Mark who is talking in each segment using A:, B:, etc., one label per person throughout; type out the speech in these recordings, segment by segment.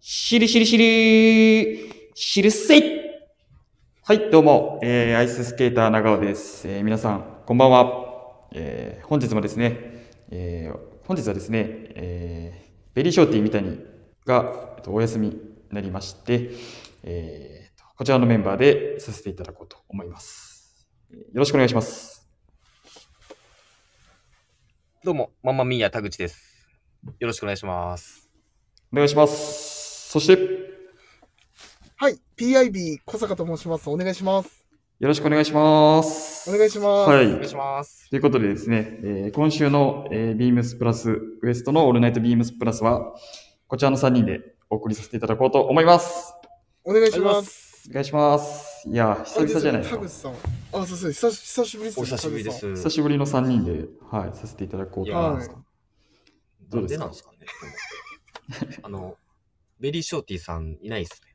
A: しりしりしりしるせいはい、どうも、えー、アイススケーター長尾です。えー、皆さん、こんばんは。えー、本日もですね、えー、本日はですね、えー、ベリーショーティーみたいにが、えっと、お休みになりまして、えーと、こちらのメンバーでさせていただこうと思います。えーよろしくお願いします。
B: どうも、ママミーヤ田口です。よろしくお願いします。
A: お願いします。そして、よ
C: はい、PIB 小坂と申します。お願いします。
A: ろしくお願いします。
C: お願いします
A: はい。
B: お願いします。
A: ということでですね、えー今週の、えー、ビームスプラスウエストのオールナイトビームスプラスは、こちらの3人でお送りさせていただこうと思います。
C: お願いします。
A: お願いします。いやー、久々じゃないです
C: 田
A: か
C: 口。さん。あ、そうそう、久し久しぶりです
B: お
C: ね。
B: 久しぶりです。
A: 久しぶりの3人で、はい、させていただこう
B: い
A: と
B: や
A: 思いま
C: 田口
A: す
C: さん。。は。
B: なんで
A: ど
B: な
A: うんで
B: ですかね。あの、ベリーショーティーさんいないですね。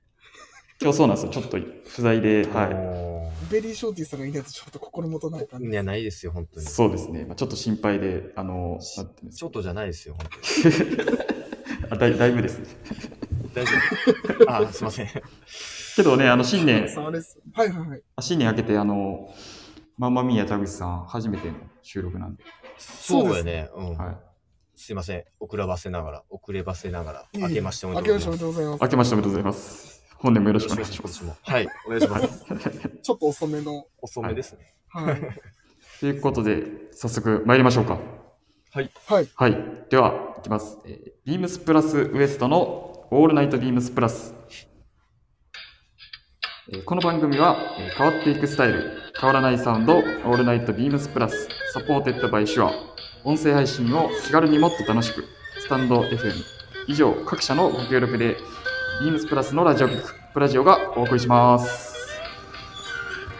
A: 今日そうなんですよ。ちょっと不在で、はい
C: ベリーショーティーさんがいないとちょっと心もとない感
B: い。
C: じ。
B: いや、ないですよ、本
A: い。
B: 当に。
A: そうですね。まあ、ちょっと心配で、あのー、なんていうんです
B: ショートじゃないですよ、本当に。
A: かあだいだいぶですね。
B: 大丈夫。あ、すいません。
A: けどね、あの、新年
C: 田口、さんあれです。はいはいはい。
A: 新年明けて、あのー、マンマミーヤ田口さん、初めての収録なんで、
C: そう
B: そう
C: で
B: やね。
C: す
B: うん。
A: はい。
B: すいません。遅らばせながら、遅ればせなが
C: い
B: ら、
C: えいえ
B: 明けましておめ
C: 明
B: で
C: け
B: とう
C: ま
B: ご
C: して
B: ざ
C: お
B: いま。
C: めですとうございます。
A: 明けましておめでとうございます。本年もよろしくお
B: よ
A: 願
B: ろ
A: い
B: し
A: し
B: くお
A: ま
B: 願いし
A: す。
B: ます。はい、お願いします。
C: ちょっと遅めの。
B: 遅めですね。
C: はい。
A: ということで、早速参りましょうか。
C: はい。
A: はい。では、いきます。えービームスプラスウエストのオールナイトビームスプラス。えーこの番組は、えー変わっていくスタイル、変わらないサウンド、オールナイトビームスプラス、サポーテッドバイシュア、音声配信を気軽にもっと楽しく、スタンド FM。以上、各社のご協力で、ビームスプラスのラジオ局、プラジオがお送りします。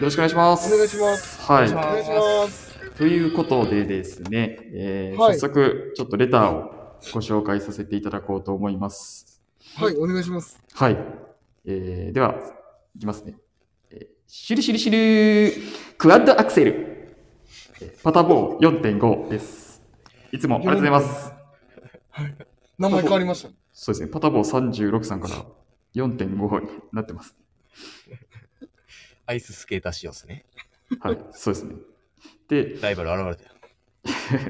A: よろしくお願いします。
C: お願いします。
A: はい。
C: お願いします。
A: ということでですね、えー
C: はい
A: 早速ちょっとレターをご紹介させていただこうと思います。
C: はい、お願いします。
A: はい。えー、では、いきますね。えーシュルシュルシュルクワッドアクセル。えーパタボー4.5です。いつもありがとうございます。
C: 名前変わりました。
A: そうですね、パタボー36さんから4.5になってます。
B: アイススケーター仕様ですね。
A: はい、そうですね。で、
B: ライバル現れたよ。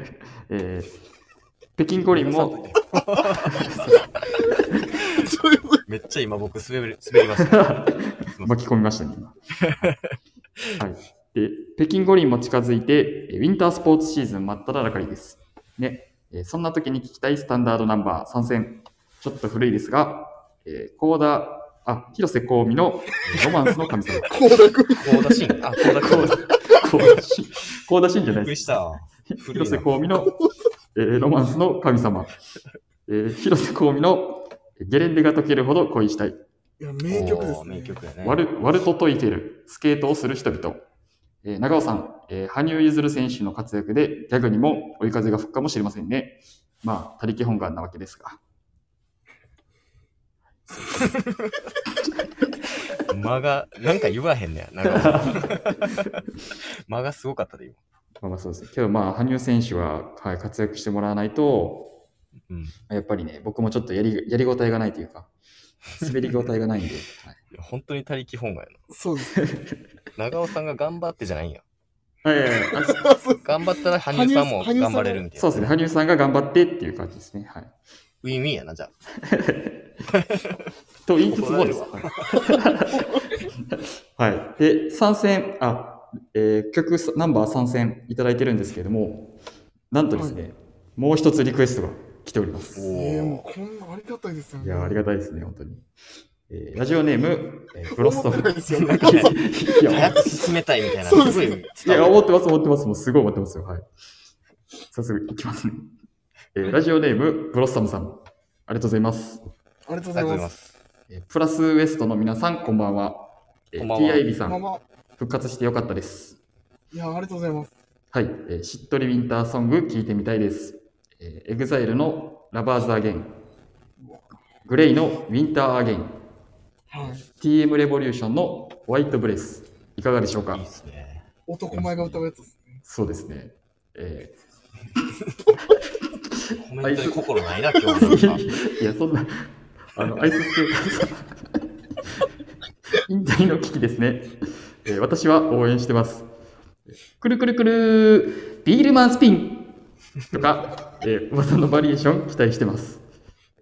A: えー北京五輪も、
C: そういうこと
B: めっちゃ今僕滑り、滑りました。
A: 巻き込みましたね、今。はい。で、北京五輪も近づいて、えウィンタースポーツシーズン真っ只中です。ね。えーそんな時に聞きたいスタンダードナンバー参戦。ちょっと古いですが、えー、コーダ、あ、広瀬香美のえーロマンスの神 様。
C: 高田君。
B: コーダシン。あ、コーダコーダ。
A: コーダシン、コーダシンじゃな
B: び
A: い
B: っく
A: で
B: り
A: す。
B: した。古いな
A: 広瀬香美の、えーロマンスの神様。えー広瀬香美のゲレンデが解けるほど恋したい。
C: いや、名曲で
B: お
C: す
B: ー
C: ね。
B: 名曲やね。
A: ワルワルトといてる、スケートをする人々。えー長尾さん、えー羽生結弦選手の活躍でギャグにも追い風が吹くかもしれませんね。まあ、他力本願なわけですが。
B: 間が、なんか言わへんねや。なんか 間がすごかったで、今。
A: まあまあそうです。けどまあ、羽生選手は、はい、活躍してもらわないと、
B: うん。い
A: やっぱりね、僕もちょっとやりやりごたえがないというか、滑りごたえがないんで、
B: や本当に他力本願や
C: そうです。
B: な。長尾さんが頑張ってじゃないんや。
A: はい、はいはいはいあ
C: そうです
B: 頑張ったら羽生さんも
C: 羽生さ
B: 頑
C: ん
B: 張れるみたい
A: そ
B: な。
A: うです ね、羽生さんが頑張ってっていう感じですね。はい、
B: ウィンウィンやな、じゃあ。
A: と言いつつ
B: 怒
A: もで
B: られる
A: す
B: わ。
A: はい。で、参戦、あ、えー曲さナンバー参戦いただいてるんですけれども、なんとですね、もう一つリクエストが来ております。
B: お
C: えー、も
B: ー
C: うこんなありがたいですよね。
A: いやー、あり
C: が
A: がたいですね、本当に。えーラジオネーム、えーブロ ッサム。
C: 思ってないですよ
A: いやいや、いや
B: 早く進めたいみたいな。す
C: そ
B: ご
C: うで
B: い
C: すね
A: いや、
B: 伝
A: 思
B: わ
A: ってます、思ってます。もうすごい思ってますよ。はい。早速いきますね。えーラジオネーム、ブロッサムさん。ありがとうございます。
C: ありがとう
B: ありが
C: ござ
B: とうご
C: い
B: ざい
C: ま。
B: ますす。
A: えープラスウエストの皆さん、こんばんは。えー
B: こんばんは
A: TIB さ
C: まあ
A: ん、
C: まあ、
A: 復活してよかったです。
C: いや、ありがとうございます。
A: はい、えーしっとりウィンターソング聞いてみたいです。えー、エグザイルのラバーズアゲイン、グレイのウィンターアゲイン、
C: はい。
A: TM レボリューションのホワイトブレス、いかがでしょうか
B: いいっすね。
C: 男前が歌うやつですね。
A: そうですね。え
B: コメントに心ないな、今日なんか。
A: ーいや、そんな、あの、アイススケーターさん引退の危機ですね、えー私は応援してます。くるくるくるビールマンスピンとか、えー、噂のバリエーション期待してます。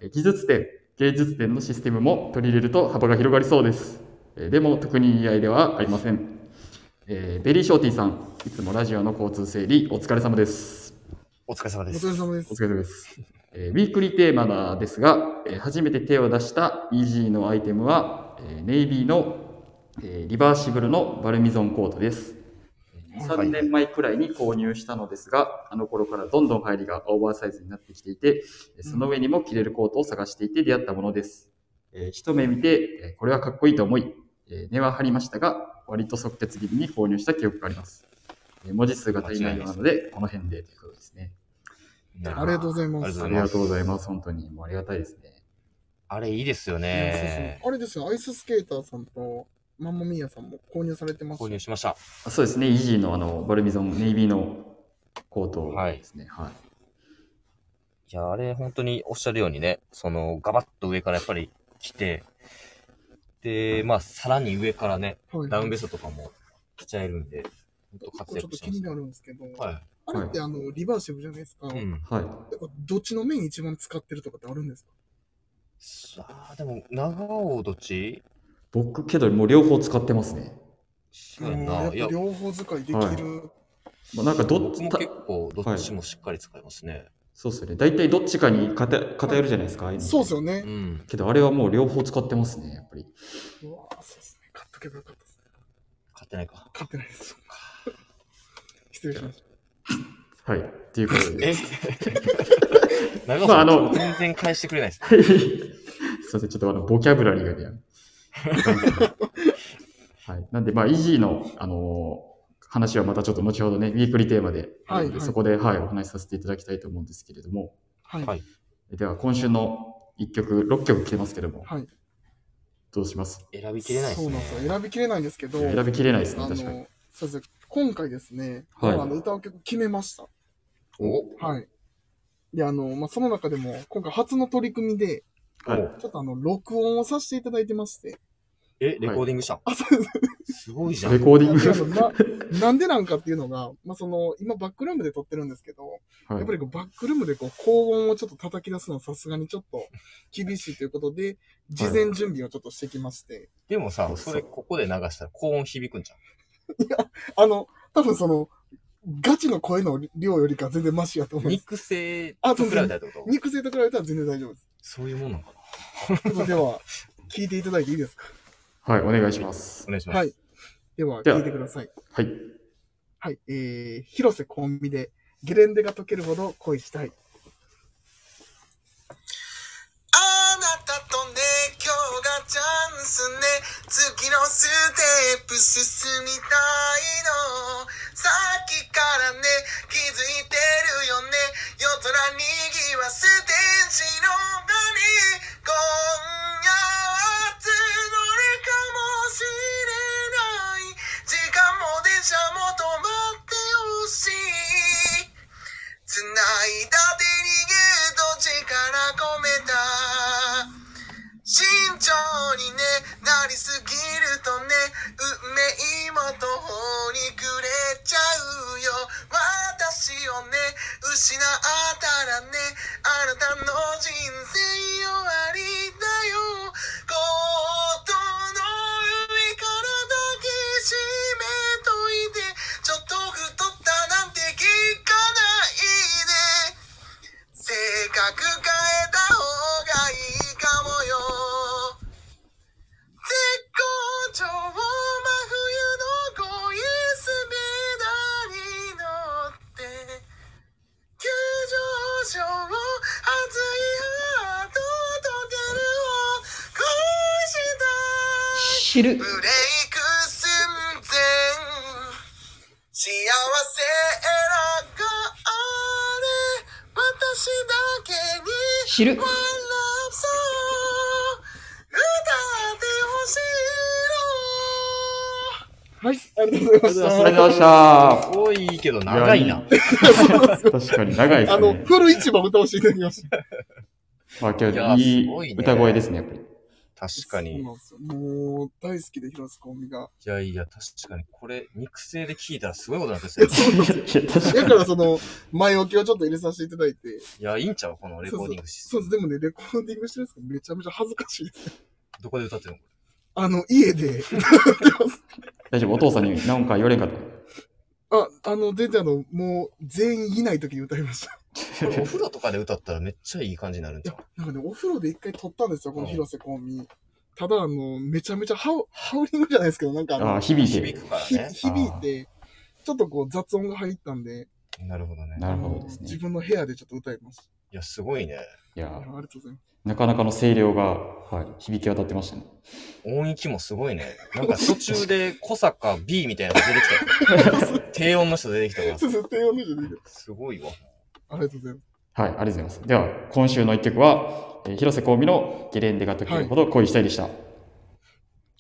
A: えー技術点、芸術点のシステムも取り入れると幅が広がりそうです。えーでも、特に言い合いではありません。えーベリーショーティーさん、いつもラジオの交通整理、お疲れ様です。
B: お疲れ様
C: お
B: で
C: 疲れ
B: す。
C: 様です
A: お。疲れ様です。えーウィークリーテーマなんですが、えー初めて手を出した EG のアイテムは、えーネイビーの、えーリバーシブルのバルミゾンコートです。えー2 3年前くらいに購入したのですが、あの頃からどんどん入りがオーバーサイズになってきていて、えーその上にも着れるコートを探していて出会ったものです。えー一目見て、えーこれはかっこいいと思い、えー値は張りましたが、割と即決気味に購入した記憶があります。えー文字数が足りないようなので、この辺でということですね。
B: なる
C: あ
B: ほ
C: り
B: ど
C: がとうございま
B: あり
C: す。
B: が
A: ありがとうございます。本当に。もうありがたいですね。
B: あれいいですよ
C: そう
B: ね
C: そ。うあれですよ、アイススケーターさんとマンモミーヤさんも購入されてます
B: 購入しました。
A: あそうですね。イージーのあの、バルミゾン、ネイビーのコート
B: はい
A: ですね。はい。
B: いや、あれ本当におっしゃるようにね、そのガバッと上からやっぱり来て、で、まあさらに上からね、
C: はい
B: ダウンベストとかも着ちゃえるんで、本当活
C: ちょっ
B: 躍
C: と
B: し
C: 気
B: ま
C: に
B: した
C: な。るんですけど、
B: は
C: あれってあのリバーシブルじゃないですか。
B: い。うん。
A: はい。
C: なんかどっちの面一番使ってるとかってあるんですか
B: さあ、でも、長尾どっち
A: 僕、けど、もう両方使ってますね。
B: そうやん
C: やっ
B: な。
C: ぱ
B: いや、
C: 両方使いできる。
A: はいまあ、なんか、どっ
B: 僕
A: ち
B: も
A: た
B: 結、構、どっちもしっかり使いますね。
A: そうですよね。大体どっちかに偏偏るじゃないですか。ああいのって
C: そうですよね
B: う。ん。
A: けど、あれはもう両方使ってますね。やっぱり。
C: うわそうですね。買っとけばよかったですね。
B: 買ってないか。
C: 買ってないです。失礼しまし
A: はい。っていうことで。
B: え 長尾
A: まああ
B: さ
A: の
B: ん、全然返してくれないですね。
A: すいません。ちょっとあの、ボキャブラリーが ね。はい。なんで、まあ、イージーの、あのー話はまたちょっと後ほどね、ウィークリーテーマで、
C: はい
A: えー
C: はい
A: そこで、はい、お話しさせていただきたいと思うんですけれども、
C: た。はい。
B: はい
A: では今週の1曲6曲来てますけども
C: はい。
A: どうします
B: 選びきれないで
C: そ
B: す
C: うな
B: ね
C: んです。よ。選びきれないんですけど、
A: 選びきれないですね
C: あの、
A: 確かに
C: そうですね。今回ですね、
A: はい
C: あの歌う曲決めました。
B: お
C: はい。で、あの、まあ、その中でも、今回初の取り組みで、
A: はい
C: ちょっとあの、録音をさせていただいてまして、
B: え、レコーディングしたん
C: あ、そうです。
B: すごいじゃ
A: レ
B: ん。
A: コーディン
C: であの
A: グ、
C: ななんでなんかっていうのが、まあ、その、今バックルームで撮ってるんですけど、
A: は
C: や
A: い
C: っぱりこうバックルームでこう高音をちょっと叩き出すのはさすがにちょっと厳しいということで、事前準備をちょっとしてきまして、
B: でもさ
A: そ、うそう
B: それここで流したら高音響くんじゃん。
C: あの、多分その、ガチの声の量よりか全然マシやと思います。
B: 肉声
C: あ
B: と比べたらってこと
C: 肉声と比べたら全然大丈夫です。
B: そういうもんなのかな
C: ちょっとでは、聞いていただいていいですか
A: はいお願いします
B: お願いしま
C: は
B: す。
C: い。では、
A: じゃあ
C: 聞いてください。
A: はい
C: はい。えー、広瀬コンビで、ゲレンデが溶けるほど恋したい。
D: あなたとね、今日がチャンスね。次のステップ進みたいの。さっきからね、気づいてるよね。夜空にぎわす天使の場に。今夜は集のれかもしれない。時間も電車も止まってほしい。繋いだ手にぎゅっと力込めた慎重にねなりすぎるとね運命も途方に暮れちゃうよ私をね失ったらねあなたの人生終わりだよコートの上から抱きしめといてちょっと太ったなんて聞かないで性格変えた方がいいかもよ絶好調真冬の恋スペダに乗って急上昇熱いハート溶けるを恋したい
A: 知る
D: ブレイク寸前幸せ選があれ私だけに
A: 知る
D: One Love Song 歌ってほしいの
C: はい。ありがとうございま
A: ありがとうございました
B: すごいいいけど長いな。
A: 確かに長いで
C: した。あ
A: す
C: の、
A: ね
C: フル一番歌わせていただきました。
A: まあ今
B: いや
A: 日
B: ー
A: いい
B: すごいね
A: 歌声ですね、やっぱり。
B: 確かに。
C: そう
B: い
C: なんですよ。もう、大好きで、広瀬香美が。
B: やいや、確かに。これ、肉声で聞いたらすごいことになって
C: いや、
B: る。
C: そうなんですよ。
A: いや確か
C: だから、その、前置きをちょっと入れさせていただいて。
B: いや、いいんちゃうこのレコーディングシステ
C: そう
B: ム
C: です。でもね、レコーディングしてるんですけど、めちゃめちゃ恥ずかしいです。
B: どこで歌ってるの
C: あの、家で。
A: 大丈夫、お父さんに何か言われんかった。
C: あ、あの、全然あの、もう、全員いない時に歌いました。
B: これお風呂とかで歌ったらめっちゃいい感じになるんちゃう
C: なんかね、お風呂で一回撮ったんですよ、この広瀬香美。ただ、あの、めちゃめちゃハウ、ハウリングじゃないですけど、なんかあ
A: あ
C: の
A: あ、、響い
B: 響
A: て。
B: くから
C: ひ
B: ね。
C: 響いて、ちょっとこう雑音が入ったんで、
B: なるほどね。
A: なるほどです
C: 自
A: ね。
C: 分の部屋でちょっと歌いました。
B: いや、すごいね。
A: い
C: いやあ
A: や
C: り、がとうございます。
A: なかなかの声量が、はい、響き渡ってましたね。
B: 音域もすごいね。なんか途中で小坂 B みたいなの出てきたよ。低音の人出てきたか
C: そうそう、低音のじゃないけど
B: ら。すごいわ。
C: ありがとうございます。
A: はい、ありがとうございます。では、今週の一曲は、えー広瀬香美のゲレンデが解けるほど恋したいでした。
C: あ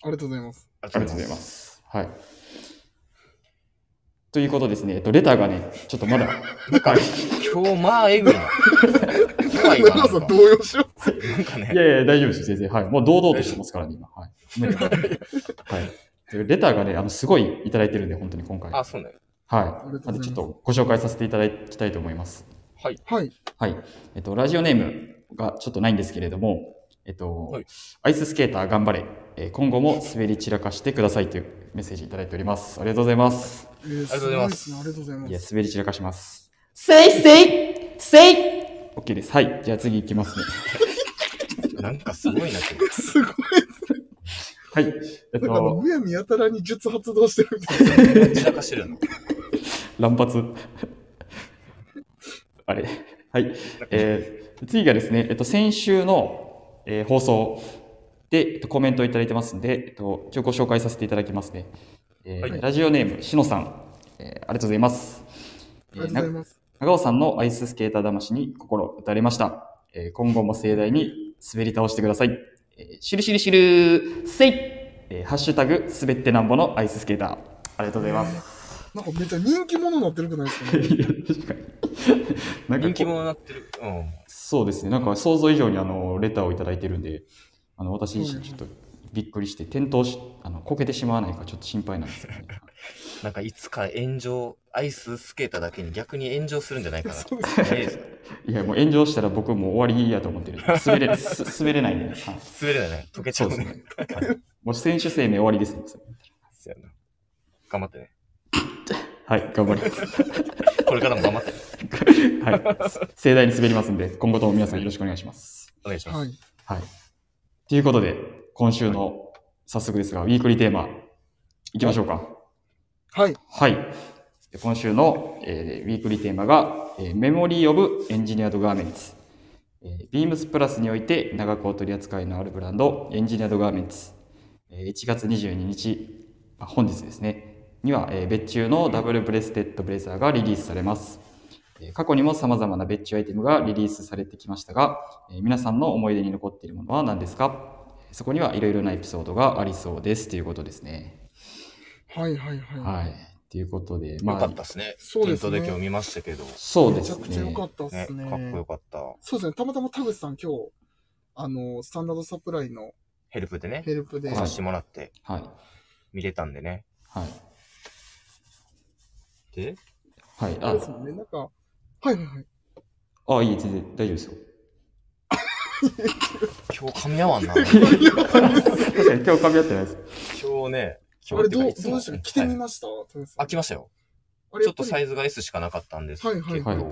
C: りがとうございます。
B: あり
A: ありがとうございま。す。はい。ということですね、えっと、レターがね、ちょっとま だ、はい
B: 今日、まあ、えぐいな。怖いわ。な
C: 中
B: ん
C: 尾さん
B: か
C: 動揺しよう。
B: なんか
A: い
B: ね。
A: やいや、大丈夫ですよ、先生。はい。もう堂々としてますからね、今。 はい。無理はい。というレターがね、あの、すごいいただいてるんで、本当に今回。は
B: あ、
A: い。
B: そうね。
C: りがとうございます
A: なんで、ちょっとご紹介させていただきたいと思います。
B: はい。
C: はい。
A: はい。えっと、ラジオネームがちょっとないんですけれども、えっと、
B: はい
A: アイススケーター頑張れ、えー今後も滑り散らかしてくださいというメッセージいただいております。ありがとうございます。
C: ありが
B: とうございます
C: ありがとうございま
A: い
C: す
A: や、。滑り散らかします。せいせいせい !OK です。はい。じゃあ次行きますね。
B: なんかすごいな、今日。
C: すごい。
A: はい。えっ
C: なんかあの、
A: と、
C: むやみやたらに術発動してるみたいな。
B: 散らかしてるの。
A: 乱発。 あれ。はい。えー次がですね、えっと、先週の、えー放送で、えっと、コメントをいただいてますんで、えっと、一応ご紹介させていただきますね。えー
B: はい
A: ラジオネーム、しのさん、えーありがとうございます。
C: ありがとうございます。
A: 長尾さんのアイススケーター魂に心打たれました。えー今後も盛大に滑り倒してください。えー、シュルシュルシュルせい、えーハッシュタグ、滑ってなんぼのアイススケーター。ありがとうございます。
C: なんかめっちゃ人気者になってるくないですかね。
A: いや確かになんかこう
B: 人気者になってる。うん。
A: そうですね。なんか想像以上にあの、レターをいただいてるんで、あの、私自身
C: うん
A: ちょっとびっくりして、転倒し、あの、こけてしまわないかちょっと心配なんですよね。
B: なんかいつか炎上、アイススケーターだけに逆に炎上するんじゃないかな。
C: そうで
B: 大丈夫で
A: いや、もう炎上したら僕もう終わりやと思ってる。滑れ、す滑れないんで、ね。はい
B: す。滑るよね。溶けち
A: そ
B: ゃ
A: うで
B: う
A: す
B: ね。
A: ね。はいもう選手生命終わりですね。
B: そうやな。頑張ってね。
A: はい、頑張ります。
B: これからも頑張って。
A: はい。盛大に滑りますんで、今後とも皆さんよろしくお願いします。
B: お願いします。
C: はい。
A: はい。ということで、今週の、早速ですが、ウィークリーテーマ、いきましょうか。
C: はい。
A: はい。で今週の、えーウィークリーテーマが、えーメモリー・オブ・エンジニアード・ガーメンツ。えー、ビームスプラスにおいて長くお取り扱いのあるブランド、エンジニアード・ガーメンツ。えー1月22日、あ本日ですね、には、えー別注のダブルブレステッドブレザーがリリースされます。えー過去にも様々な別注アイテムがリリースされてきましたが、えー皆さんの思い出に残っているものは何ですかそこにはいろいろなエピソードがありそうですということですね。
C: はいはいはい。
A: はい。ということで、
B: よかったっすね。
C: そう
B: テ
C: で
B: ン
C: す
B: トで
C: ね。
B: 今日見ましたけど。
A: そうで
C: めち
A: す
C: ゃくちゃ良
A: ね。
C: かったで
B: ね、
C: すね。
B: かっこよかった。
C: そうですね。たまたま田口さん今日、あの、スタンダードサプライの
B: ヘルプでね、
C: ヘルプで
B: 来、させてもらって
A: はい。
B: 見れたんでね。
A: はい。
B: で、
A: はい。
C: あれですもんね、なんか、はいはいは
A: あ、
C: い。
A: あ、いい、全然大丈夫ですよ。
B: 今日噛み合わんな。今
A: 確かに今日噛み合ってないです。
B: 日ね、
C: あ
B: 今日ってい
C: れど
B: うか
C: う、
B: いつ
C: どう
B: も
C: でしたか着てみ
B: はい
C: ました田口さん。
B: あ、来ましたよ。
C: あれ
B: ち
C: や
B: ょ
C: っ
B: っと
C: ぱり
B: サイズが S しかなかったんです
C: はいは
B: け
C: いはい
B: ど、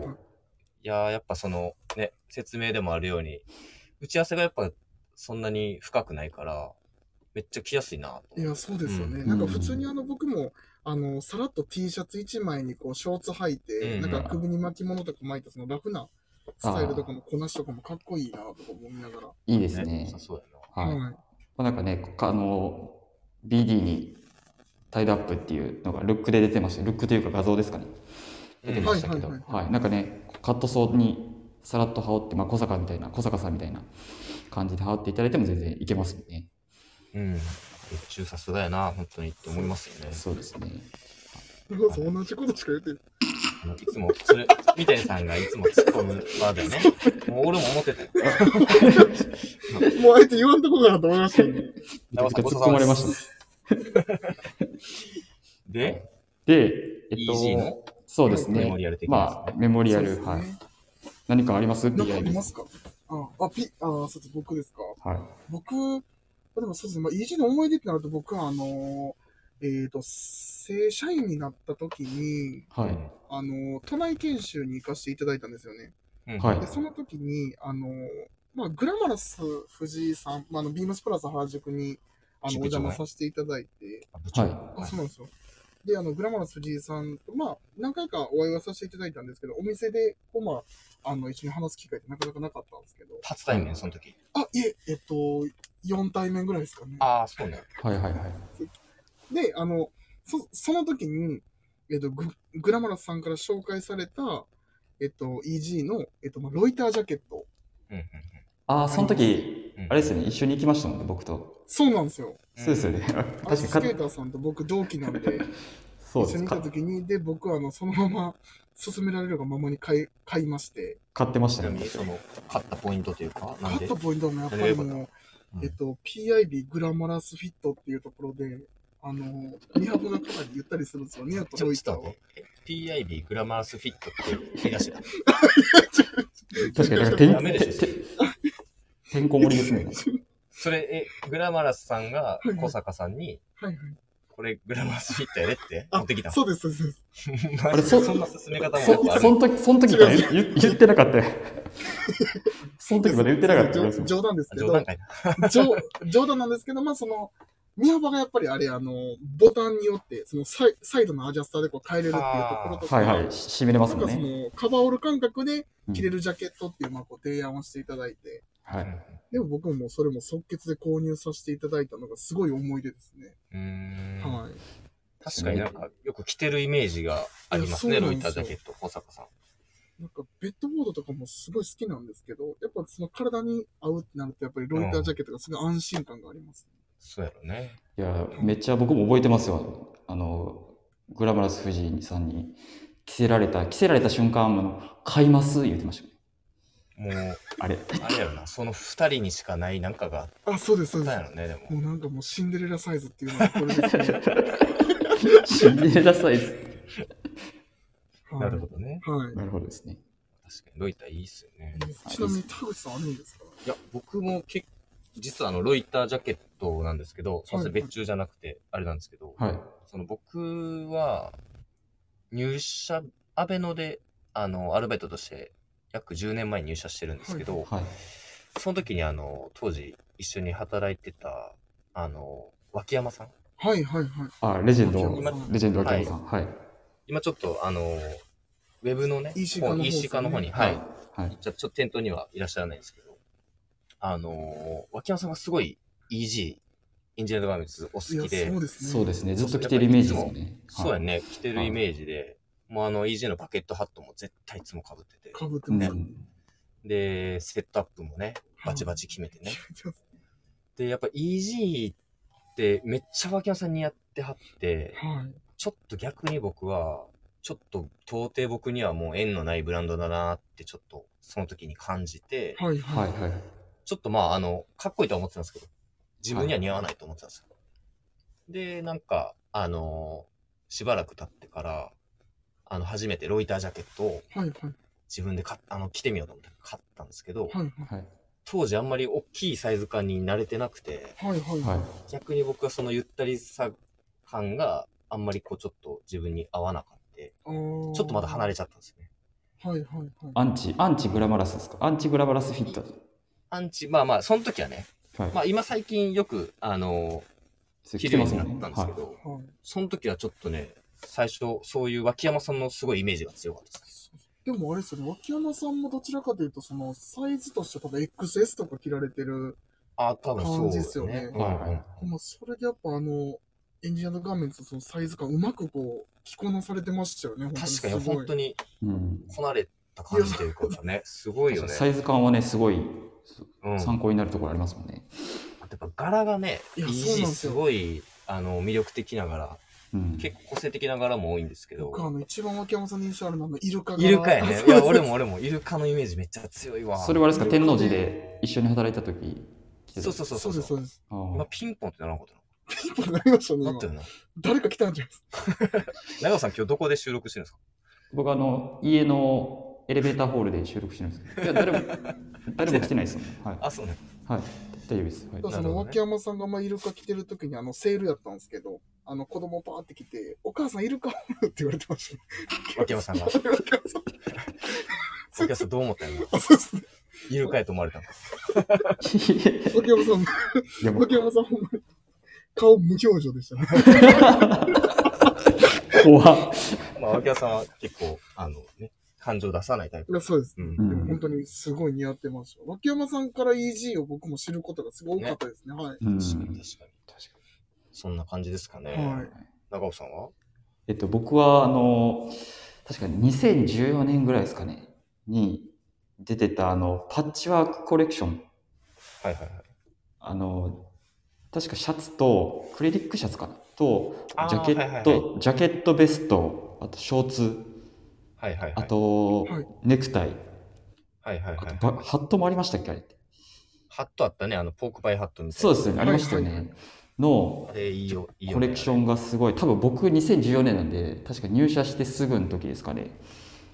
B: いやーやっぱその、ね、説明でもあるように、打ち合わせがやっぱそんなに深くないから、めっちゃ着やすいなと
C: いや、そうですよね。
A: うん
C: なんか普通にあの、僕も、あの、さらっと T シャツ1枚にこう、ショーツ履いて、
B: うん
C: なんか首に巻物とか巻いた、そのラフなスタイルとかも、こなしとかもかっこいいなとか思いながら。
A: いいです
B: ね。良
A: ね
B: さ。そうやな。
A: はい。ま
C: はい。
A: あなんかね、かあの、BD にタイドアップっていうのがルックで出てました。ルックというか画像ですかね。出てましたけど。
C: は
A: はい
C: はい
A: い
C: はいはい
A: なんかね、カットソーにさらっと羽織って、まあ小坂みたいな、小坂さんみたいな感じで羽織っていただいても全然いけますもんね。
B: うん。熱中さすがやな、本当にって思いますよね。
A: そうですね。
C: 田口さん同じことしか言ってる。
B: いつも、それ、三谷さんがいつも突っ込むワードよね。 もう俺も思ってたよ。
C: もうあえて言わんとこかなと思いましたよね。
A: めちゃくちゃ突っ込まれました。
B: で、
A: で、
B: EG の
A: そうです
B: メモリ
A: ね。
B: アル的な
A: まあ、メモ リア
C: そう
A: ル、
C: ですね
A: はい。何かあります
C: なんかあ
A: ?PIB
C: りますかああ、ピ、あ、そうです、僕ですか。
A: はい。
C: 僕、あでもそうですね、まあ、EG の思い出ってなると、僕は、あのー、えっ、と、正社員になった時に、
B: やつ
A: はい。
C: あのー、都内研修に行かせていただいたんですよね。
B: うん
A: はい
C: で、その時に、あのー、まあ、グラマラス藤井さん、まあ、あの、ビームスプラザ原宿に、あの、お
B: 塾長
C: 邪
B: ね
C: 魔させていただいて、
B: あ部長
A: はい
C: あ、そうなんですよ。で、あの、グラマラス藤井さんと、まあ、何回かお会いはさせていただいたんですけど、お店で、こう、まあ、あの、一緒に話す機会ってなかなかなかったんですけど、
B: 初対面、その時。
C: あ、いえ、えっと、4対面ぐらいですかね。
B: ああ、そうね。
A: はいはいはい。
C: で、あの、そ、その時に、えっと、ググラマラスさんから紹介された、えっと、EG の、えっと、まあ、ロイタージャケット。
B: うんうん
A: ああ、その時
B: うん、
A: あれですよね、一緒に行きましたもんね、僕と。
C: そうなんですよ。
B: うん
A: そうですよね。 確
C: アイ
A: か
C: ス
A: に
C: ス
A: か
C: ケ、ーターさんと僕同期なんで、
A: そうで
C: 一緒
A: す
C: にいた
A: か。
C: 時に、で、僕はあの、そのまま、勧められるがままに買い、買いまして、
A: 買ってました
B: ちな
A: よ
B: み
A: ね
B: に、。その、勝ったポイントというか、なん
C: 買
B: で
C: ったポイントもやっぱりもう、
B: うん
C: えっと、PIB グラマラスフィットっていうところで、あの、身幅がかなりゆったりするんですよね、
B: ち
C: ロ
B: ょ
C: イ
B: ち
C: タ
B: ょっ
C: ーは
B: と待。って。PIB グラマースフィットって言い出しだ。
A: 確かに、なんか
B: ダメで
A: て
B: し
A: ん
B: ょ
A: て、てんこ盛りです ね。
B: それ、え、グラマラスさんが小坂さんに、
C: はいはい。
B: これグラマラスフィットやでって
C: あ
B: 持ってきたの。
C: そうです、そうですそうです。
B: マジで
A: そ
B: そんな進め方もやっぱあ
A: そ、
B: る
A: そ。の時、その時まで言言ってなかった よ。その時まで言ってなかったよ。
C: 冗冗談です
B: あ
C: け
B: 冗 談かいな。
C: ど、冗冗談なんですけど、まあその、身幅がやっぱりあれ、あの、ボタンによって、そのサイサイドのアジャスターでこう変えれるっていうところとか、
A: はいはい、し締めれます
C: なん
A: も
C: か
A: ん
C: そ
A: ね。
C: の、カバーオール感覚で
A: うん
C: 着れるジャケットっていう、まあこう提案をしていただいて、
A: は
B: う
A: い。
C: でも僕ももうそれも即決で購入させていただいたのがすごい思い出ですね。
B: ーん
C: はい。
B: 確かになんか、よく着てるイメージがありますね、
C: いやそう
B: ロ
C: な
B: イ
C: んです
B: タ
C: よ
B: ージャケット、小坂さん。
C: なんかベッドボードとかもすごい好きなんですけど、やっぱその体に合うってなると、やっぱりロイタージャケットがすごい安心感があります、
B: そうやろね。
A: いや、めっちゃ僕も覚えてますよ。あの、グラマラス藤井さんに着せられた、着せられた瞬間、あの、買います言ってましたよね。
B: もう、
A: あ れ。
B: あれやろな、その二人にしかないなんかがあっ
C: あ、そうです、そうで
B: た
C: す
B: んや。ろね、でも。
C: もうなんかもうシンデレラサイズっていうのはこれで すね。
A: シンデレラサイズ。
C: はい、
B: なるほどね。
C: ど。はい。
A: なるほどですね。
B: 確かに、ロイターいいっすよね。
C: ちなみに田口さんあるんですか
B: いや、僕も結実はあの、ロイタージャケットなんですけど、そして別注じゃなくて、あれなんですけど、
A: はい。
B: その僕は、入社、アベノで、あの、アルバイトとして、約10年前に入社してるんですけど、
A: はい。
B: その時にあの、当時一緒に働いてた、あの、脇山さん。
C: はいはいはい。
A: あ、レジェンド
C: 今、
A: レジェンド秋山さん。はい。
B: 今ちょっとあの、ウェブのね、
C: EC 化の方
B: 本
C: ですね
B: EC 化の方に、はい。
A: はい。
B: じゃあちょっと店頭にはいらっしゃらないんですけど、あの、脇山さんがすごい EG、インジェネアガーメンツお
C: い
B: 好
C: や、
B: きで
C: そ、うですね。
A: そうですね。ずっと着てるイメージですよね。
B: そうや
A: ね。
B: ね、着てるイメージで、もうあの EG のバケットハットも絶対いつも被ってて、
C: かぶって
A: う
C: ます。
A: ん。
B: で、セットアップもね、バチバチ決めてね。で、やっぱ EG ってめっちゃ脇山さんにやってはって、
C: はい。
B: ちょっと逆に僕は、ちょっと到底僕にはもう縁のないブランドだなってちょっとその時に感じて、
C: はい
A: は
C: はいい。
A: はい。
B: ちょっとまああの、かっこいいとは思ってたんですけど、自分には似合わないと思ってたんですよ。で、なんか、あのーしばらく経ってから、あの、初めてロイタージャケットを
C: はいはい。
B: 自分で買っあの、着てみようと思って買ったんですけど、
C: はいはい。
A: はい。
B: 当時あんまり大きいサイズ感に慣れてなくて、
C: はいはい
A: は
C: はいい。。
B: 逆に僕はそのゆったりさ感があんまりこうちょっと自分に合わなかった。ち
C: ちょ
B: ょっとまだ離
C: れ
B: れちゃったんですよね。
C: はいはいはい。
A: アンチ、アンチグラマラスですかアンチグラマラスフィット。
B: アンチ、まあまあ、その時はね、
A: はい。
B: まあ今最近よく、あの
A: それ着
B: 着る
A: て
B: よ
A: ま
B: う
A: す
B: に
A: も
B: なんった
A: ね。
B: んです
A: は
B: け
A: い。
B: ど、
C: はい
B: その時はちょっとね、最初、そういう脇山さんのすごいイメージが強かったです。
C: でもあれですよね、脇山さんもどちらかというと、そのサイズとして多分 XS とか着られてる、
B: あ、多分そうですよ
C: 感じ
B: ね
C: で。
B: うん
C: すよね
B: うん
A: はい
C: まあ、それでやっぱあの、エンジニアの画面とそのサイズ感うまくこう、着こなされてましたよね、本当
B: 確かに本当
C: に
B: に
A: うん。
B: こなれた感じというかね、すごいよね。
A: サイズ感はね、すごい
B: うん。あと
A: 参考になるところありますもんね。
B: やっぱ柄がね、
C: いやそうなん
B: EG
C: です
B: す
C: よ
B: ごい、あの、魅力的な柄
A: うん
B: 結構個性的な柄も多いんですけど。
C: 僕あの、一番脇山さんの印象あるのは、あのイルカが。
B: イルカやね
C: そ。う
B: いや、
C: そう
B: 俺も俺もイルカのイメージめっちゃ強いわ。
A: それはあれですか、天王寺で一緒に働いた時来て
B: そう
A: た
B: そうそう
C: そうで
B: そ。
C: す、そううです。
A: あ
B: 今
A: ー
B: ピンポンってならんこと
C: ピンポンなりましたね
B: な。
C: 今
B: なったよな。
C: 誰か来たんじゃないですか。
B: 長尾さん今日どこで収録してるんですか
A: 僕あの、家のエレベーターホールで収録してるんですけど、いや、 誰も、誰も来てないですよね。はい。
B: あ、 そうね。
A: はい。大丈夫です。はい
C: だ。からそ
B: なる
C: の
B: ほどね
C: 脇山さんがまあイルカ来てる時にあのセールやったんですけど、あの子供パーって来て、お母さんイルカおるって言われてましたね。
B: 脇山さんが。
C: 脇山さん。
B: お客さんどう思ったんやろ
C: あ、そうですね。
B: イルカやと思われたんか。
A: い
C: 脇山さん、
A: や、もう
C: 脇山さんほんまに顔無表情でしたね。
A: 怖っ
B: まあ、脇山さんは結構、あのね、感情出さないタイプ。
C: いやそうです。
B: うん
A: う。ん
C: でも本当にすごい似合ってました。脇山さんから EG を僕も知ることがすごい多かったですね。はい。
A: うん
B: 確かに確かに。
A: 確かに
B: そんな感じですかね。
C: はい
B: 長尾さんは
A: えっと、僕は、あの、確かに2014年ぐらいですかね、に出てた、あの、パッチワークコレクション。
B: はいはいはい。
A: あの、確かシャツと、クレリックシャツかなと、
B: あー
A: ジャケット、
B: はいは
A: ジャケットベスト、あとショーツ、
B: はいはいはい。
A: あ、と、
C: はい
A: ネクタイ、
B: はいはい
A: あ
B: はい。
A: とばハットもありましたっけあれって。
B: ハットあったね、あの、ポークパイハットみたいな。
A: そうですよね、ありましたよ
C: はいはい
A: ね。の
B: あ、れいいよ、いいよね。
A: コレクションがすごい、多分僕2014年なんで、確か入社してすぐの時ですかね。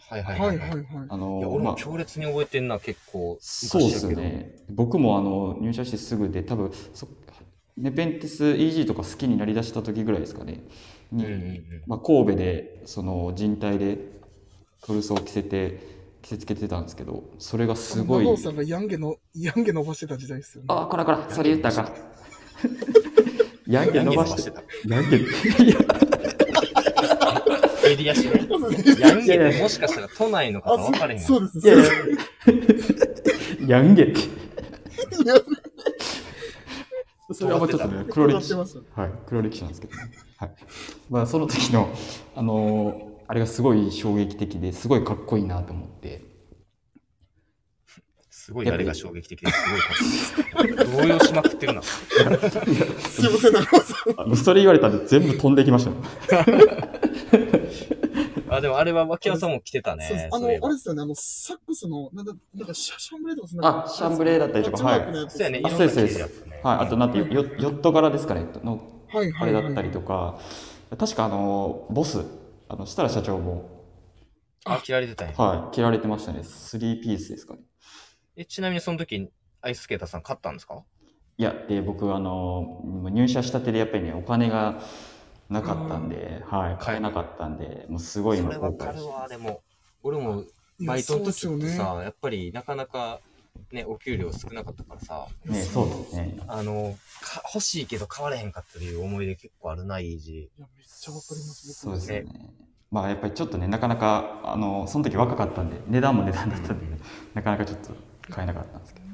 B: はいはい
C: は
B: はいい。
C: はいいはい。
A: あの、
B: や、俺
A: ま
B: も
A: あ
B: 強烈に覚えてんな、結構。
A: そうで
B: 昔
A: す
B: やけど。
A: ね。僕もあの入社してすぐで、多分そネペンテス EG とか好きになりだした時ぐらいですかね。
B: うん
A: に
B: うんうん。
A: まあ、神戸でその人体でトルソーを着せて着せつけてたんですけど、それがすごい
C: 長。尾さんがヤンゲの、ヤンゲ伸ばしてた時代ですよね。
A: あ、こらこら、それ言ったか。ヤンゲ伸ばして。
B: た。
A: ヤンゲ。
B: 襟足ね。ヤンゲってもしかしたら都内の方
C: あ、
B: 分かれへん
C: そ
B: わ
C: そうです
A: いや
C: ね。
A: ヤンゲって。
C: いや、
A: それはもうちょっとね、黒
C: や
A: 歴
C: って
A: 史。
C: ましたね。
A: はい、黒歴史なんですけど、ねはいまあ、その時の、あのーあれがすごい衝撃的ですごいかっこいいなと思って
B: すごいあれが衝撃的ですごいかっこいい。動揺しまくってるな。
C: すいません、長尾さん。
A: あのそれ言われたんで全部飛んできましたね
B: あ、でもあれは脇屋さんも着てたね。
C: そうですあの、
B: そう
C: あ
B: い
C: れ
B: えば
C: ですよね、あの、サックスの、なんだ、なんかシャシャンブレーとかそん
A: あシャンブレーだったりとか
C: はい。はい
B: そうやね、
A: あ
B: 色が綺麗だったね。
A: はい、あとなんていうヨヨット柄ですかねの
C: はい。
A: あれだったりとか確かあのーボスあの設楽社長も、
B: あ、着られてたね。
A: はい、着られてましたね3ピースですかね
B: え、ちなみにその時、アイススケーターさん買ったんですか
A: いやで僕あのーもう入社したてでやっぱりねお金がなかったんで、はい、買えなかったんでもうす
B: そ
A: ごい
B: れ
A: 今
B: わ
A: 後
B: か
A: 悔
B: る
A: して
B: わ、でも。俺も
C: いや
B: バイトの時
C: そ
B: っ
C: う
B: て
C: ですよね。
B: さ、やっぱりなかなかね、お給料少なかったからさ、
A: ねそうですね
B: あの、か欲しいけど買われへんかったという思い出結構あるな、イージ
C: いや、めっちゃわかります。
A: そう
C: 僕
A: で
C: も
A: すよね。まあやっぱりちょっとねなかなかあのその時若かったんで値段も値段だったんで、なかなかちょっと買えなかったんですけど。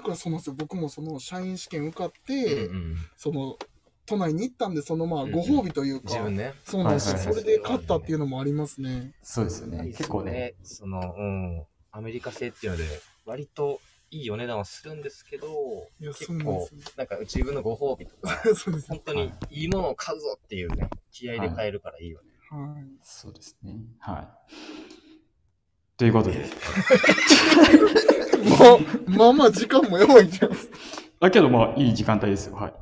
C: だからそうなんですよ。僕もその社員試験受かって、
B: ー。うんうん
C: その、都内に行ったんで、そのまあ、
B: うんうん
C: ご褒美というか、
B: 自分ね。
C: そうなんですよ、
A: はいはいはい
C: それで勝ったっていうのもありますね。
A: そうですよね。結構ね。
B: その、うん、アメリカ製っていうので、割といいお値段はするんですけど、
C: いや、
B: 結
C: そうなんで
B: 構
C: す、
B: なんか自分のご褒美とか、
C: よ。 そうですね。
B: 本当にいいものを買うぞっていうね、気合で買えるからいいよね。
C: はい。
A: そうですね。はい。ということで、
C: まあまあ時間もやばいんちゃいます。
A: だけどまあいい時間帯ですよ。はい。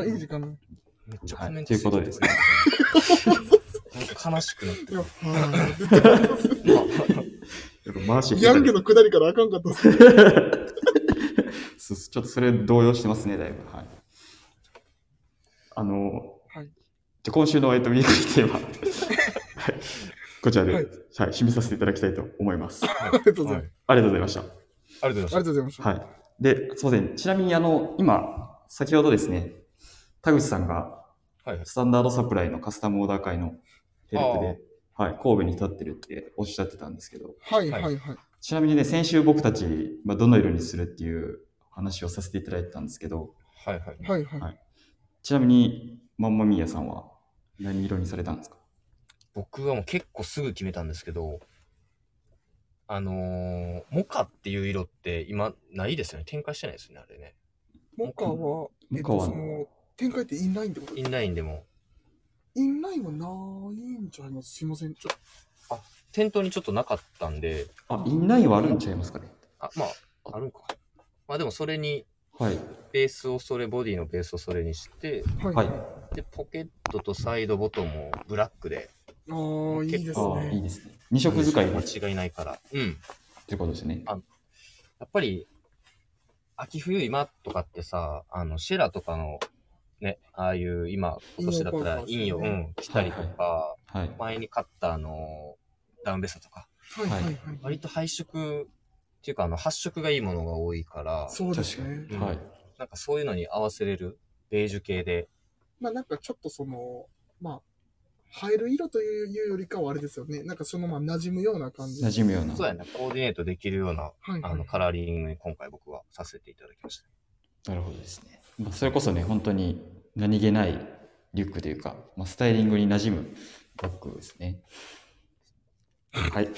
C: あいい時間だ。
B: めっちゃ
A: はい
B: コメント
A: ということですね
B: なんか悲しくなって
C: い
B: く
C: や、
B: る。
C: はい。
A: やっぱ回し
C: ヤンゲの下りからあかんかったですね。
A: そうちょっとそれ動揺してますねだいぶ。はい。あの、
C: はい
A: じゃあ今週のえっとミークリー テーマ、はい、こちらで、は
C: はい
A: い、締めさせていただきたいと思います。
B: あ。
C: りがとうございます
A: ありがとうございました。
B: ありがとうござい
C: ありが
B: ま
C: とうございました。
A: はい。で、すみません。ちなみに、あの、今、先ほどですね、田口さんが、
B: す。はいはい。
A: スタンダードサプライのカスタムオーダー会のヘルプで、はい、神戸に立ってるっておっしゃってたんですけど、
C: はいはいはい。
A: ちなみにね、先週僕たち、まあ、どの色にするっていう話をさせていただいてたんですけど、
B: はいはい。
C: はいはい。
A: ちなみに、マンマミーヤさんは何色にされたんですか
B: 僕はもう結構すぐ決めたんですけど、あのー、モカっていう色って今ないですよね。展開してないですよね、あれね。
C: モカは、
A: モ
C: えっと、
A: カは
C: その、展開ってインラインってこと
B: インラインでも。
C: インラインはないんちゃいますすいません。ちょ
B: 店頭にちょっとなかったんで、
A: あ、インラインはあるんちゃいますかね。
B: あ、まあ、あるんか。まあでもそれに、
A: はい。
B: ベースをそれ、ボディのベースをそれにして、
C: はい。
A: はい。
B: で、ポケットとサイドボトムをブラックで、
C: ああ、いいです
A: ああ、いい
C: ね。
A: ですね。二色使いもって
B: 間違いないから。うん。
A: ことですね。
B: やっぱり、秋冬今とかってさ、あの、シェラとかの、ね、ああいう今、今年だったら、
C: 陰
B: 陰
C: 陽
B: 陽、
C: コン
B: う
C: パ
B: ん、着
C: スね
B: たりとか、
A: はい。
B: 前に買ったあの、ダウンベストとか、
C: はいはいはい。
B: 割と配色、っていうかあの、発色がいいものが多いから、
C: そうですね
A: 確。かにはい。
B: なんかそういうのに合わせれる、ベージュ系で、
C: まあなんかちょっとその、まあ、映える色というよりかはあれですよね。なんかそのまま馴染むような感じ。
A: 馴染むような。
B: そうやね、コーディネートできるような、
C: はいは
B: あ
C: い
B: の、カラーリングに今回僕はさせていただきました。
A: なるほどですね。まあ、それこそね、本当に何気ないリュックというか、まあ、スタイリングに馴染むバッグですね。はい。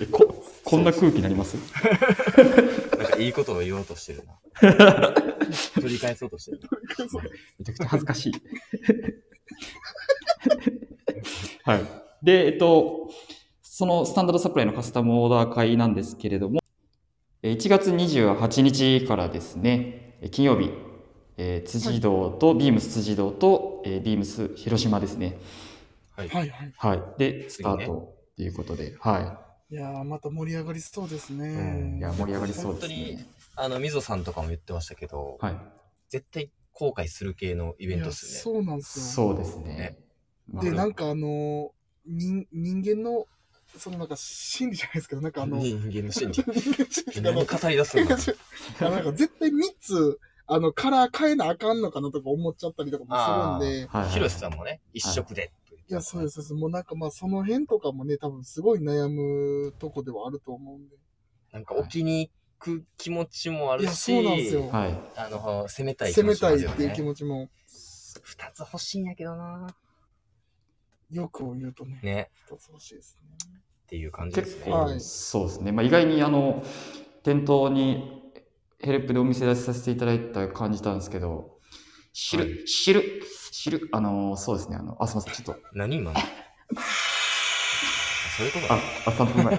A: えここんな空気になります
B: なんかいいことを言おうとしてるな。取り返そうとしてるな。
A: めちゃくちゃ恥ずかしい。 はい。で、えっと、そのスタンダードサプライのカスタムオーダー会なんですけれども、えー1月28日からですね、えー金曜日、えー辻堂と、ビームス辻堂と、えービームス広島ですね。
B: はい。
C: はいはい。
A: はい。で、ス
B: 次
A: タ
B: ね
A: ートということで、はい
C: やー、また盛り上がりそうです
A: い。
C: ね。
A: いや、盛り上がりそうです
B: 本
A: ね。
B: あの、みぞさんとかも言ってましたけど、
A: はい。
B: 絶対後悔する系のイ
C: い
B: ベント
C: や
B: ですよね。
C: そうなんですよ。
A: そうですね
B: ね。
A: まあ
C: で、なんかあのー、人人間の、そのなんか心理じゃないですけど、なんかあの、
B: 人間の心理。
C: 人間の
B: 何語り出すんだ
C: いやなんか絶対3つ、あの、カラー変えなあかんのかなとか思っちゃったりとかもするん で、
A: はいはい
B: ヒロシさんもね、一色で。
C: いや、そうです、そうです。もうなんかまあ、その辺とかもね、多分すごい悩むとこではあると思うんで。
B: なんか置きに行く気持ちもあ
C: い
B: る
C: や、
B: し、
C: そうなんですよ。
A: はい。
B: あの、攻めたい気持
C: 攻め
B: ちも
C: た
B: あ
C: い
B: るよ
C: っていう
B: ね
C: 気。持ちも、
B: 二つ欲しいんやけどな
C: よくを言うとね、
B: ね、
C: 一つ欲しいですね。
B: っていう感じです
A: 結
B: ね。
A: 構、
C: はい
A: そうですね、まあ、意外にあの店頭にヘルプでお店出しさせていただいた感じたんですけど知る、知る知るあのそうですねあのあすいませんちょっと
B: 何 今のそういうことだ
A: あ
B: ね。
A: あ3分前
B: わ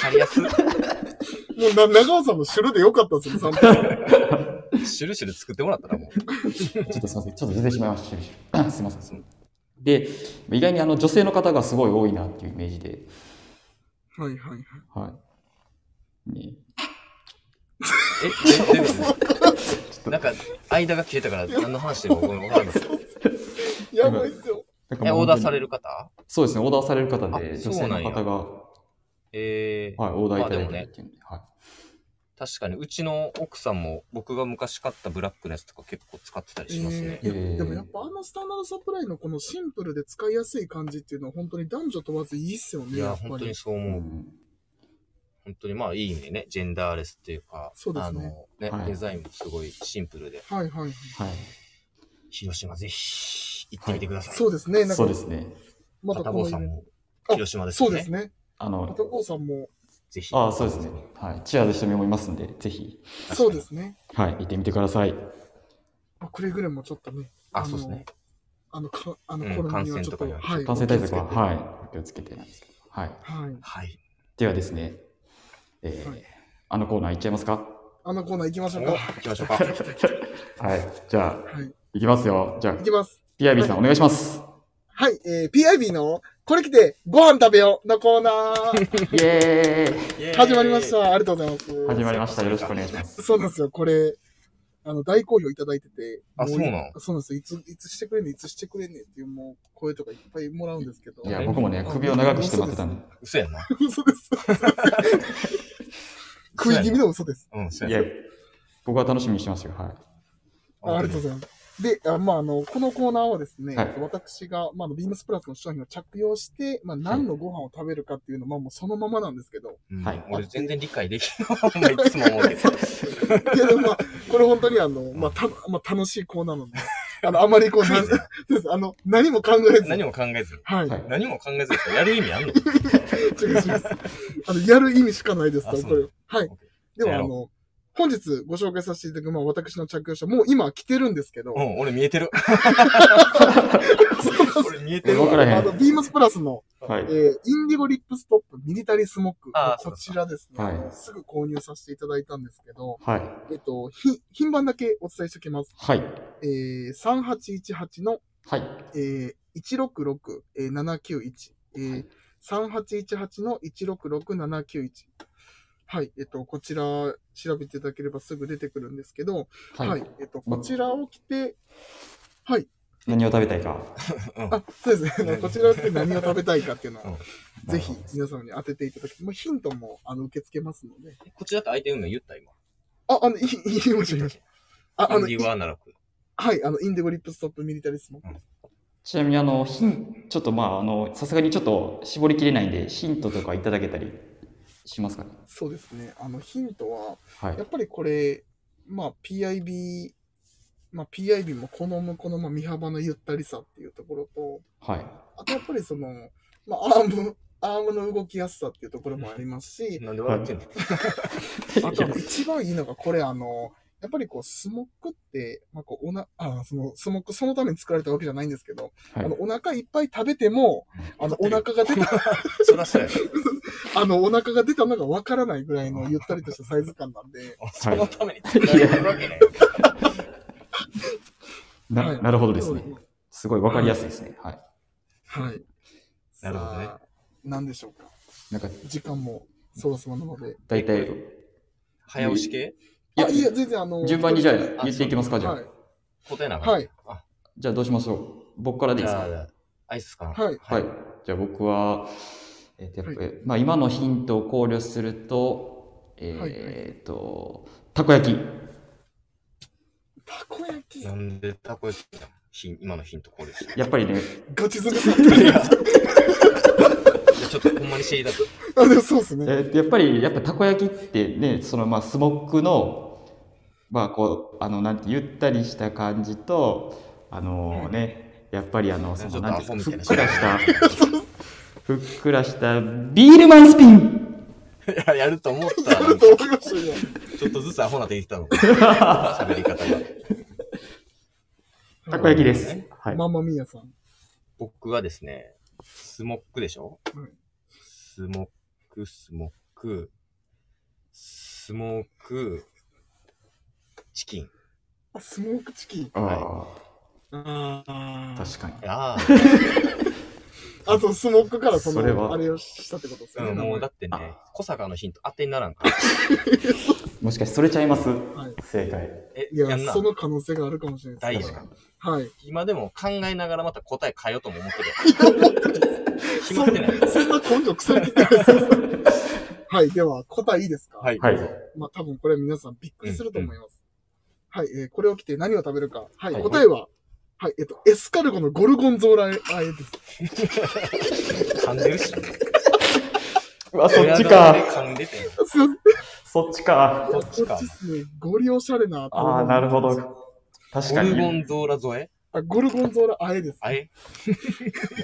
B: かりやすい。
C: もうな、長尾さんも知るでよかったですよ、3 分。
B: シュルシュル作ってもらったらもう。
A: ちょっとすいませんちょっとずれてしまいました知る知 るすいませんで意外にあの女性の方がすごい多いなっていうイメージで
C: はいはいはい。
A: はい、ね、
B: え、どどういう ことなんか、間が切れたから何の話してるかごめんわからなかった。
C: やばいっすよ。
A: なん
B: え、
A: もう
B: オ
A: 本当
B: ーダ
A: に
B: ーされる方
A: そうですねオーダーされる方で
B: あ
A: 女
B: そうな
A: 性
B: んや
A: の方が、
B: えー、
A: はい、オーダーいただい
B: まあで
A: て
B: もね
A: っていうんで、はい
B: 確かに、うちの奥さんも僕が昔買ったブラックのやつとか結構使ってたりしますね。
C: えーいや
A: えー
C: でもやっぱあのスタンダードサプライのこのシンプルで使いやすい感じっていうのは本当に男女問わずいいっすよね、
B: い
C: や
B: や、
C: っぱ
B: 本当
C: り
B: に。そう
A: う
B: 思う。
A: ん
B: 本当にまあいい意味でね、ジェンダーレスっていうか、
C: そうですね
B: あの、ね、
A: はい
B: デザインもすごいシンプルで、
C: はいはいは
A: は
C: い。
A: い、
B: 広島ぜひ行ってみてください。
C: そうですね、なん
A: そ
C: か
A: うですね
C: また
B: 片
C: こ
B: 方
C: のイ
B: さん
C: ベン
B: も広島
C: ト。
B: です
C: そ
B: よ
C: う
B: ね。
C: ですね。
A: あの
C: 片方さんも、
B: ぜひ。
A: ああ、そうですね。はい。チアで人もいますんで、ぜひ、
C: そうですね。
A: はい、行ってみてください。
C: まあくれぐれもちょっとね、
B: あ、そうですね。
C: あの、かあ
B: う
C: の
B: ん
C: コロナにはちょっと、
B: 感染とか
C: はい。
A: 感染対策は、
C: お気をつけて
A: はい、お気をつけてなんですけど。はい。
C: はい。
B: はい。
A: ではですね、えー
C: はい
A: あのコーナー行っちゃいますか
C: あのコーナー行きまし
B: お
C: ょうか。は
B: 行きましょうか。
A: はい。じゃあ、
C: い。
A: 行きますよ。じゃ
C: 行
A: あ、
C: きます。
A: PIB さんお願いします。
C: はい。えー、PIB の、これ来て、ご飯食べようのコーナ ー。
A: イエー
B: イエーイ
C: 始まりまし。た。ありがとうございます。
A: イ始まりました。よろしくお願いします。
C: そうなんですよ。これ、あの、大好評いただいてて。
B: あ
C: も
B: そうな
C: そうなんですよ。いつ、いつしてくれんねんいつしてくれんねんっていう、もう、声とかいっぱいもらうんですけど。
A: いや、僕もね、首を長くして待ってたん
B: 嘘やな。
C: 嘘です。食い気味の嘘です。
B: うん、嘘
A: で。い
B: や
A: や
B: な。、
A: 僕は楽しみにしてましたよ。はい。
C: あありがとうございます。で、あまあ、あの、このコーナーはですね、
A: はい
C: 私が、まああの、ビームスプラスの商品を着用して、まあ、何のご飯を食べるかっていうのは、まあ、もうそのままなんですけど、
B: うん
A: はい
B: 俺全然理解できない。い つも思うけど。
C: いや、でもまあ、これ本当にあの、まあ、た、まあ、楽しいコーナーなので、あの、あまりこう、なんそうですあの、何も考えずに。
B: 何も考えずに。
C: はい。
A: はい
B: 何も考えずにやる意味あんの
C: 違います。あの、やる意味しかないです
B: あ
C: と、
B: そう
C: これ。はい。で
B: じゃあ
C: は、あ
B: や
C: の、本日ご紹介させていただく、まあ、私の着用者、もう今着てるんですけど、
B: うん、俺見えて る。俺見えてる
A: わ
B: わ。
A: からへん
C: あの、ビームスプラスの、
A: はい
C: え。ーインディゴリップストップミリタリースモック
B: あー、
C: こちらですね、
A: はい
C: すぐ購入させていただいたんですけど、
A: はい。
C: えっと、ひ品番だけお伝えしておきます。
A: はい。
C: えー、3818の、
A: はい。
C: えー、166、えー、791、えー3818の166791。はい、えっと、こちら調べていただければすぐ出てくるんですけど、はい、
A: はい。
C: えっと、こちらを着て、
A: 何を食べたいか。
C: あ、そうですね、こちらを着て何を食べたいかっていうの
B: う
C: は
B: ん、
C: ぜひ皆様に当てていただき、まあ、ヒントもあの受け付けますので。
B: こっちだって相手運命言った今。
C: あ、あの、いい、いい、言いました、言いました。あ、あの、
B: イ
C: い
B: ンディゴアナログ。
C: はい、あの、インデゴリップストップミリタリスモ。
A: ちなみに、あの、ヒン、ちょっとまあ、あの、さすがにちょっと絞りきれないんで、ヒントとかいただけたりしますかね。
C: そうですね、あの、ヒントは、
A: はい
C: や。っぱりこれ、まあ PIB、まあ PIB も好むこのまあ身幅のゆったりさっていうところと、
A: はい。
C: あとやっぱりその、まあアーム、アームの動きやすさっていうところもありますし、
B: なんで笑ってんの
C: あと一番いいのがこれあの、やっぱりこうスモックって、まあこうおな、あそのスモックそのために作られたわけじゃないんですけど、
A: はい
C: あのお腹いっぱい食べても、あのお腹が出た、
B: そらそうやろ。
C: あのお腹が出たのがわからないぐらいのゆったりとしたサイズ感なんで、
B: そのために作られてるわけね。
C: は
A: ないなるほどですね。すごいわかりやすいですね。はい。
C: はい。
B: なるほどね
C: さあ。何でしょうか。
A: なんか、
C: 時間もそろそろなので。
A: 大体、
B: 早押し系
A: い
C: い
A: や
C: や、いや、全然あの。
A: 順番にじゃあ
C: はい。
A: 言っていきますか、じゃあ
C: は。
B: 答えなあかん
C: はい。
B: あ、
A: じゃあどうしましょう。僕からでい
B: じ
A: いです
B: ゃ
A: か。
B: あ、アイスさん。
C: はい
A: はい。じゃあ僕は、えっと、やっぱりまあ今のヒントを考慮すると、えーっと、たこ焼き。
C: たこ焼き
B: な。んでたこ焼きなんひん今のヒントこれですよ。
A: やっぱりね、
C: ガチ詰めされてる。
B: いやちょっとほんまに知りたく。
C: あ、でもそうです
A: え
C: ね。
A: ーっとやっぱり、やっぱたこ焼きってね、そのまあスモックの、まあこう、あの、なんて、ゆったりした感じと、あのね、やっぱりあの、
B: ち
A: そ
B: ょっ
A: の、
B: と
A: なん
B: ア
A: てい
B: ホ
A: うんで
B: み
A: す
B: た
A: か
B: い
A: ふ
B: な
A: っくらした、ふっくらしたビールマンスピ ン
B: いや、やると思った
C: や
B: ら
C: ると思いましたよ。
B: ちょっとずつアホなってきたの。喋り方が。
A: たこ焼きで
B: は
A: す
B: い。
A: はい。
C: ママミヤさん。
B: 僕はですね、スモックでしょ、
C: はい
B: スモック、スモック、スモーク、チキン。
C: あ、スモークチキン。
A: ああ、
C: ああ。
A: 確かに。
B: あ
C: あと、スモークからそ
A: それは
C: の、あれをしたってことです
B: あ、
C: よね。
B: うんもうだ
C: 名
B: って
A: あ
B: ね、小坂のヒント当てにならんから。
A: もしかしてそれちゃいます
C: 前はい。
A: 正解。
B: え、
C: い
B: や
C: や
B: ん、な
C: そ。の可能性があるかもしれない
B: 大
C: で
B: 丈
C: す
B: 夫
C: ね。
B: か。
C: はい。
B: 今でも考えながらまた答え変えようとも思ってるやん。決まってない。
C: そんな根性腐りきってな いですよ。はい。では、答えいいですか
B: はい。
A: はい。
C: まあ多分これは皆さんびっくりすると思います。はい、えーこれを着て何を食べるか。はい、
A: はい
C: 答えは、はい、えっと、エスカルゴのゴルゴンゾーラあえです。
B: 噛んでるし。
A: うわ、そっち
B: 親
A: か。
B: 玉で噛んでて。
C: すいま
A: そっちか。
B: こ
C: せん
B: っち
C: こ
B: か
C: っち。ですね。ゴリオシャレな食べ物
A: ああ、なるほど。確
B: ゴ
A: か
B: ルゴ
A: に。
B: ンゾーラ添え
C: あゴルゴンゾーラあえです。
B: あえ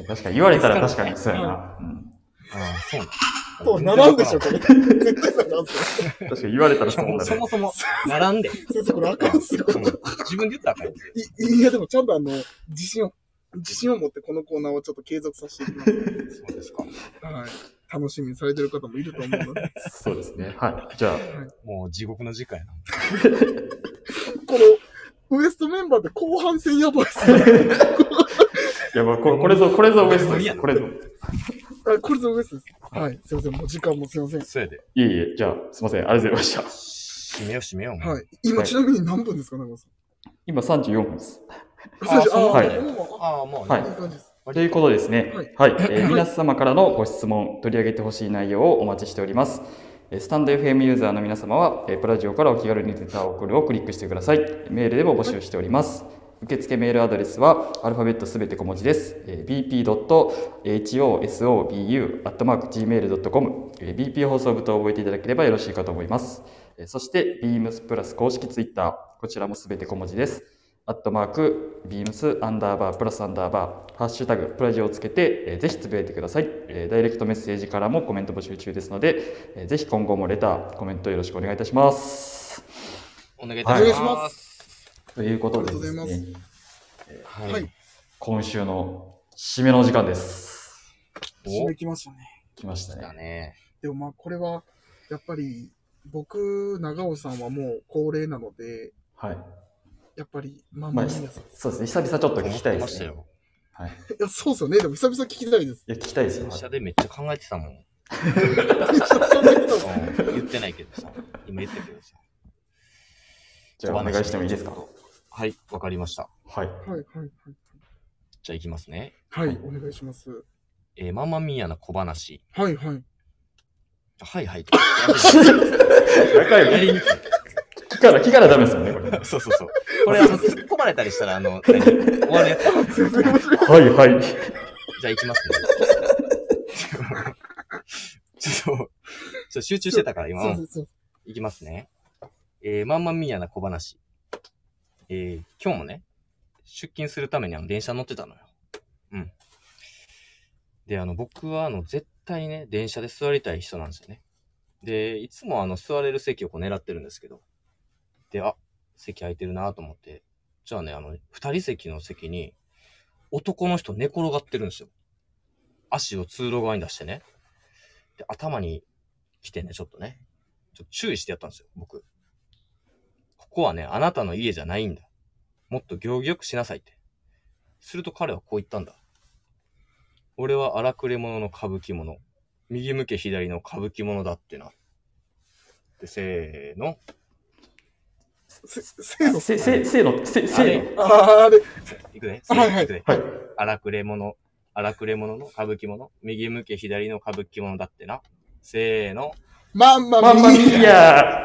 A: 確かに言われたら確かにそうやな。うん
B: ああ、そうな
C: と、並んでしょ、こ れ。絶対並んですよ。
A: 確かに言われたらそう
B: もう
A: な
B: そ
A: る。
B: もそも、並んで。
C: 先生、これあかんっすよ。
B: うん自分で言ったらあかんよ
C: い、いや、でもちゃんとあの、自信を、自信を持ってこのコーナーをちょっと継続させていきます。
B: そうですか。
C: はい。楽しみにされてる方もいると思うので、
A: そうですね。はい。じゃ
B: もう地獄の時間やな。
C: この、ウエストメンバーって後半戦やばいっすよ。
A: あ、いやばい、これこれぞ、これぞウエストです。これぞ。
C: あ、これぞウエストです。はい。すいません。もう時間もすいません。
B: そうやで。
A: いえいえ、じゃあ、すいません。ありがとうございました。
B: 締めよう締めよう。もう
C: はい。今、
A: はい
C: ちなみに何分ですか、長さん。
A: 今34分です。
B: あーそ
A: な
B: う
A: ん
C: あ
A: だ
C: ーもうあ
B: ああ、もう
A: は
B: ね、
C: いい感じです。
A: ということでですね、はい、えー皆様からのご質問、取り上げてほしい内容をお待ちしております。えースタンド FM ユーザーの皆様は、えープラジオからお気軽にレターを送るをクリックしてください。メールでも募集しております。受付メールアドレスは、アルファベットすべて小文字です。えー bp.hosobu.gmail.com、えー bp 放送部と覚えていただければよろしいかと思います。えーそして、beams プラス公式ツイッター、こちらもすべて小文字です。アットマーク、ビームス、アンダーバー、プラスアンダーバー、ハッシュタグ、プラジオをつけて、えーぜひつぶやいてください、えーダイレクトメッセージからもコメント募集中ですので、えーぜひ今後もレター、コメントよろしくお願いいたします。
B: お願いいた
A: はい
B: し
A: お
C: 願いしま
B: ます。
A: ということでです
C: ありがとう
A: ね、
B: は
C: はい。
A: 今週の締めのお時間です。
C: 締
B: お
C: めきましたね。
A: 来ました
B: だ
A: ね。
B: ね。
C: でもまあこれは、やっぱり僕、長尾さんはもう高齢なので、
A: はい。
C: やっぱり、まあ
A: ま
C: ま
A: あ、
C: あいい
A: ひ
C: です。い
A: そうですね。久々ちょっと聞きたい
B: 思
A: です
B: ってました
A: ね。
B: よ。
A: はい。い
C: や、そうですよね。でも久々聞きたいです。
A: や、聞きたいですよ。
B: 電車でめっちゃ考えてたもん。うん言ってないけどさ。今言ったけどさ。
A: じゃあ、お願いしてもいいですか
B: はい、わかりました。
A: はい。
C: はいはい
B: じゃあ行きますね。
C: はい。はい、お願いします。
B: えー、ママミヤな小話。
C: はい はい。
B: はいはい。や
A: 仲良
B: り にくい。
A: 木から、木からダメですよね、こ れ。
B: そうそうそう。これ、あの、突っ込まれたりしたら、あの、何終わるやつ。
A: はい、はい。
B: じゃあ行きますね。 ちょっと、ちょっと集中してたから、今。
C: そうそうそう。
B: いきますね。えー、まんまみやな小話。えー、今日もね、出勤するためにあの電車乗ってたのよ。うん。で、あの、僕はあの、絶対ね、電車で座りたい人なんですよね。で、いつもあの、座れる席をこう狙ってるんですけど。で、あ、席空いてるなと思って。じゃあね、あの、二人席の席に、男の人寝転がってるんですよ。足を通路側に出してね。で、頭に来てね、ちょっとね。ちょっと注意してやったんですよ、僕。ここはね、あなたの家じゃないんだ。もっと行儀よくしなさいって。すると彼はこう言ったんだ。俺は荒くれ者の歌舞伎者。右向け左の歌舞伎者だってな。で、せーの。
C: せ、せーの。
A: せ、せ、せーの、せ、せ
B: あれ
A: ーの。
C: あーあれ。
B: いくね。
C: あはいはい
B: くね
A: はい。
B: 荒くれ者、荒くれ者の歌舞伎者。右向け左の歌舞伎者だってな。せーの。
C: まんま
A: まんまみ
C: み
A: ーや